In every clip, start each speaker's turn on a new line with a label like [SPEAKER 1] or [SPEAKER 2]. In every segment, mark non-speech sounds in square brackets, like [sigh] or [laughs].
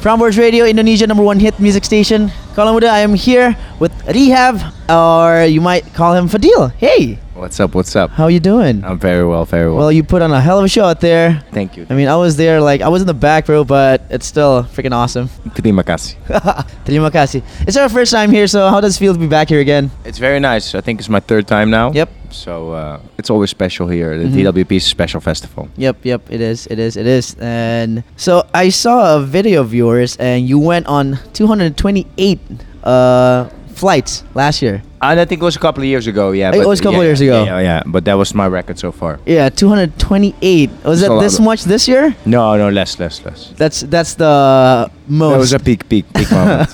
[SPEAKER 1] From Words Radio, Indonesia number one hit music station. Kalamuda, I am here with Rehab, or you might call him Fadil. Hey,
[SPEAKER 2] What's up? What's up?
[SPEAKER 1] how you doing?
[SPEAKER 2] I'm very well, very well.
[SPEAKER 1] Well, you put on a hell of a show out there.
[SPEAKER 2] Thank you.
[SPEAKER 1] I mean, I was there, like, I was in the back row, but it's still freaking awesome. [laughs]
[SPEAKER 2] Terima kasih.
[SPEAKER 1] Terima kasih. It's our first time here, so how does it feel to be back here again?
[SPEAKER 2] It's very nice. I think it's my third time now.
[SPEAKER 1] Yep.
[SPEAKER 2] So uh, it's always special here. The
[SPEAKER 1] Mhm.
[SPEAKER 2] DWP is a special festival.
[SPEAKER 1] Yep, yep, it is, it is, it is. And so I saw a video of yours, and you went on 228 uh, flights last year.
[SPEAKER 2] And I think it was a couple of years ago. Yeah.
[SPEAKER 1] It
[SPEAKER 2] but-
[SPEAKER 1] was a couple
[SPEAKER 2] yeah,
[SPEAKER 1] years ago.
[SPEAKER 2] Yeah, yeah, yeah. But that was my record so far.
[SPEAKER 1] Yeah, 228. Was
[SPEAKER 2] That's
[SPEAKER 1] that
[SPEAKER 2] a lot
[SPEAKER 1] this
[SPEAKER 2] of-
[SPEAKER 1] much this year?
[SPEAKER 2] No, no, less, less, less.
[SPEAKER 1] That's that's the most.
[SPEAKER 2] That was a peak, peak,
[SPEAKER 1] [laughs]
[SPEAKER 2] peak moment.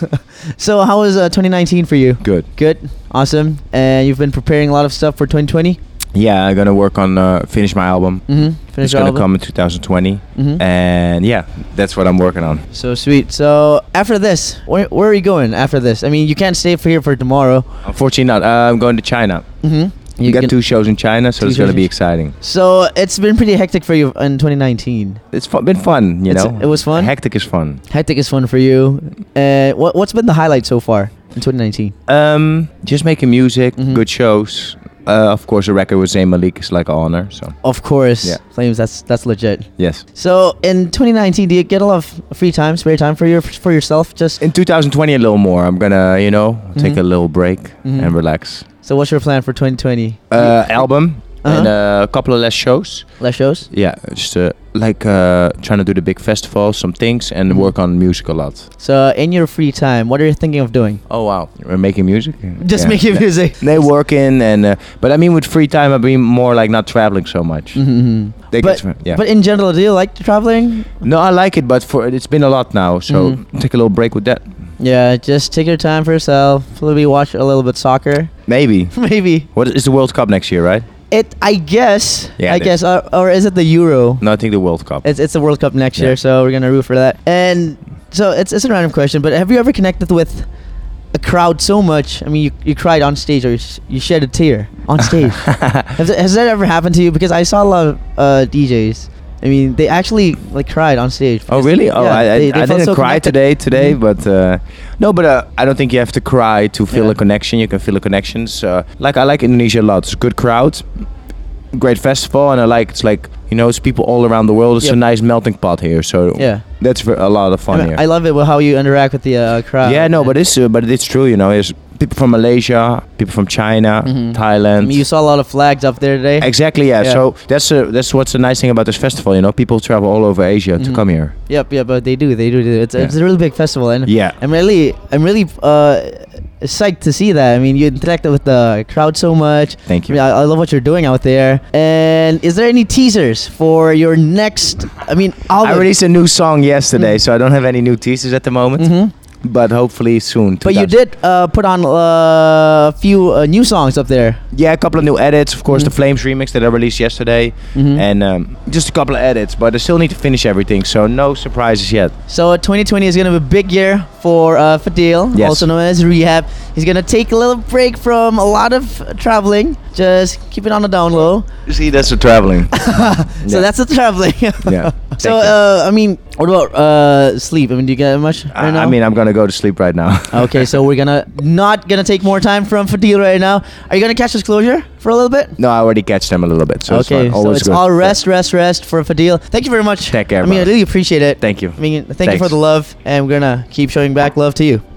[SPEAKER 1] so how was uh, 2019 for you?
[SPEAKER 2] Good.
[SPEAKER 1] Good, awesome. And you've been preparing a lot of stuff for 2020.
[SPEAKER 2] Yeah, I'm gonna work on uh, finish my album.
[SPEAKER 1] Mm-hmm.
[SPEAKER 2] it's gonna come in 2020,
[SPEAKER 1] Mhm.
[SPEAKER 2] and yeah, that's what I'm working on.
[SPEAKER 1] So sweet. So after this, where, where are you going after this? I mean, you can't stay for here for tomorrow.
[SPEAKER 2] Unfortunately, not. Uh, I'm going to China.
[SPEAKER 1] Mm-hmm.
[SPEAKER 2] You got two shows in China, so
[SPEAKER 1] Two
[SPEAKER 2] it's
[SPEAKER 1] shows
[SPEAKER 2] gonna be
[SPEAKER 1] in-
[SPEAKER 2] exciting.
[SPEAKER 1] So it's been pretty hectic for you in 2019.
[SPEAKER 2] It's fu- been fun, you
[SPEAKER 1] It's-
[SPEAKER 2] know.
[SPEAKER 1] it was fun?
[SPEAKER 2] Hectic is fun.
[SPEAKER 1] Hectic is fun for you. Uh, what what's been the highlight so far in 2019?
[SPEAKER 2] Um, just making music,
[SPEAKER 1] Mhm.
[SPEAKER 2] good shows. Uh, of course, a record with Zayn Malik is like an honor. So
[SPEAKER 1] Of course,
[SPEAKER 2] Yeah.
[SPEAKER 1] flames. That's that's legit.
[SPEAKER 2] yes.
[SPEAKER 1] So in 2019, do you get a lot of free time, spare time for your for yourself? Just
[SPEAKER 2] In 2020, a little more. I'm gonna, you know, take
[SPEAKER 1] Mhm.
[SPEAKER 2] a little break
[SPEAKER 1] Mhm.
[SPEAKER 2] and relax.
[SPEAKER 1] so, what's your plan for 2020?
[SPEAKER 2] Mm-hmm. Uh, album and
[SPEAKER 1] Uh-huh.
[SPEAKER 2] uh, a couple of less shows.
[SPEAKER 1] Less shows.
[SPEAKER 2] Yeah, just uh, like uh, trying to do the big festival, some things, and
[SPEAKER 1] Mhm.
[SPEAKER 2] work on music a lot.
[SPEAKER 1] So in your free time, what are you thinking of doing?
[SPEAKER 2] Oh wow, we're making music.
[SPEAKER 1] Just
[SPEAKER 2] Yeah. [laughs]
[SPEAKER 1] making music.
[SPEAKER 2] They working and, uh, but I mean, with free time, I mean more like not traveling so much.
[SPEAKER 1] Mhm.
[SPEAKER 2] They
[SPEAKER 1] But,
[SPEAKER 2] get- Mm-hmm. yeah.
[SPEAKER 1] but in general, do you like traveling?
[SPEAKER 2] No, I like it, but for it's been a lot now, so
[SPEAKER 1] Mhm.
[SPEAKER 2] take a little break with that.
[SPEAKER 1] Yeah, just take your time for yourself. Maybe watch a little bit soccer. [laughs]
[SPEAKER 2] Maybe.
[SPEAKER 1] Maybe
[SPEAKER 2] What is the World Cup next year, right?
[SPEAKER 1] it. I guess.
[SPEAKER 2] Yeah,
[SPEAKER 1] I
[SPEAKER 2] it
[SPEAKER 1] guess. Or, or is it the Euro?
[SPEAKER 2] No, I think the World Cup.
[SPEAKER 1] It's it's the World Cup next
[SPEAKER 2] Yeah.
[SPEAKER 1] year, so we're gonna root for that. And so it's it's a random question, but have you ever connected with a crowd so much? I mean, you, you cried on stage or you, sh- you shed a tear
[SPEAKER 2] [laughs]
[SPEAKER 1] on stage. has, has that ever happened to you? Because I saw a lot of uh, DJs. I mean, they actually like cried on stage.
[SPEAKER 2] [laughs] oh,
[SPEAKER 1] because-
[SPEAKER 2] really? Oh,
[SPEAKER 1] yeah,
[SPEAKER 2] I, I,
[SPEAKER 1] they- they
[SPEAKER 2] I
[SPEAKER 1] felt
[SPEAKER 2] didn't
[SPEAKER 1] so
[SPEAKER 2] cry
[SPEAKER 1] connected.
[SPEAKER 2] today. Today,
[SPEAKER 1] Mhm.
[SPEAKER 2] but uh, no, but uh, I don't think you have to cry to feel
[SPEAKER 1] Yeah.
[SPEAKER 2] a connection. You can feel the connections. Uh, like I like Indonesia a lot. It's a good crowd, great festival, and I like it's like you know it's people all around the world. It's a
[SPEAKER 1] Yep.
[SPEAKER 2] nice melting pot here. So
[SPEAKER 1] Yeah.
[SPEAKER 2] that's ver- a lot of fun
[SPEAKER 1] I, mean,
[SPEAKER 2] here.
[SPEAKER 1] I love it with how you interact with the uh, crowd.
[SPEAKER 2] yeah, no,
[SPEAKER 1] And-
[SPEAKER 2] but it's uh, but it's true. You know, there's people from Malaysia, people from China,
[SPEAKER 1] Mhm. I
[SPEAKER 2] Thailand.
[SPEAKER 1] mean, you saw a lot of flags up there today.
[SPEAKER 2] Exactly, yeah.
[SPEAKER 1] Yeah.
[SPEAKER 2] So that's uh, that's what's the nice thing about this festival. You know, people travel all over Asia to
[SPEAKER 1] Mhm.
[SPEAKER 2] come here.
[SPEAKER 1] Yep, yep, but they do, they do. they do. It's,
[SPEAKER 2] Yeah.
[SPEAKER 1] it's a really big festival, and
[SPEAKER 2] Yeah.
[SPEAKER 1] I'm really, I'm really uh, psyched to see that. I mean, you interacted with the crowd so much.
[SPEAKER 2] Thank
[SPEAKER 1] I,
[SPEAKER 2] you.
[SPEAKER 1] mean, I, I love what you're doing out there. And is there any teasers for your next? I mean, album.
[SPEAKER 2] I released a new song yesterday,
[SPEAKER 1] Mhm.
[SPEAKER 2] so I don't have any new teasers at the moment,
[SPEAKER 1] Mhm.
[SPEAKER 2] but hopefully soon.
[SPEAKER 1] But you
[SPEAKER 2] 2000
[SPEAKER 1] did uh, put on uh, a few uh, new songs up there.
[SPEAKER 2] Yeah, a couple of new edits. Of course,
[SPEAKER 1] Mhm.
[SPEAKER 2] the Flames remix that I released yesterday,
[SPEAKER 1] Mhm.
[SPEAKER 2] and um, just a couple of edits. But I still need to finish everything, so no surprises yet.
[SPEAKER 1] So uh, 2020 is gonna be a big year for uh, Fadil,
[SPEAKER 2] Yes.
[SPEAKER 1] also known as Rehab. He's gonna take a little break from a lot of uh, traveling. Just keep it on the down low.
[SPEAKER 2] See, that's the traveling.
[SPEAKER 1] So
[SPEAKER 2] Yeah.
[SPEAKER 1] that's the traveling.
[SPEAKER 2] [laughs]
[SPEAKER 1] [laughs]
[SPEAKER 2] yeah.
[SPEAKER 1] so
[SPEAKER 2] Thank you. Uh,
[SPEAKER 1] uh, I mean, what about uh, sleep? I mean, do you get much right
[SPEAKER 2] I,
[SPEAKER 1] now?
[SPEAKER 2] I mean, uh, I'm gonna go to sleep right now. [laughs]
[SPEAKER 1] okay, so we're gonna not gonna take more time from Fadil right now. Are you gonna catch disclosure for a little bit?
[SPEAKER 2] no, I already catch them a little bit, so
[SPEAKER 1] okay,
[SPEAKER 2] it's not
[SPEAKER 1] so
[SPEAKER 2] always
[SPEAKER 1] it's
[SPEAKER 2] good.
[SPEAKER 1] all rest, rest, rest for Fadil. Thank you very much.
[SPEAKER 2] Take care,
[SPEAKER 1] I mean, I
[SPEAKER 2] brother.
[SPEAKER 1] really appreciate it.
[SPEAKER 2] Thank you.
[SPEAKER 1] I mean, thank you
[SPEAKER 2] Thanks.
[SPEAKER 1] for the love, and we're gonna keep showing back love to you.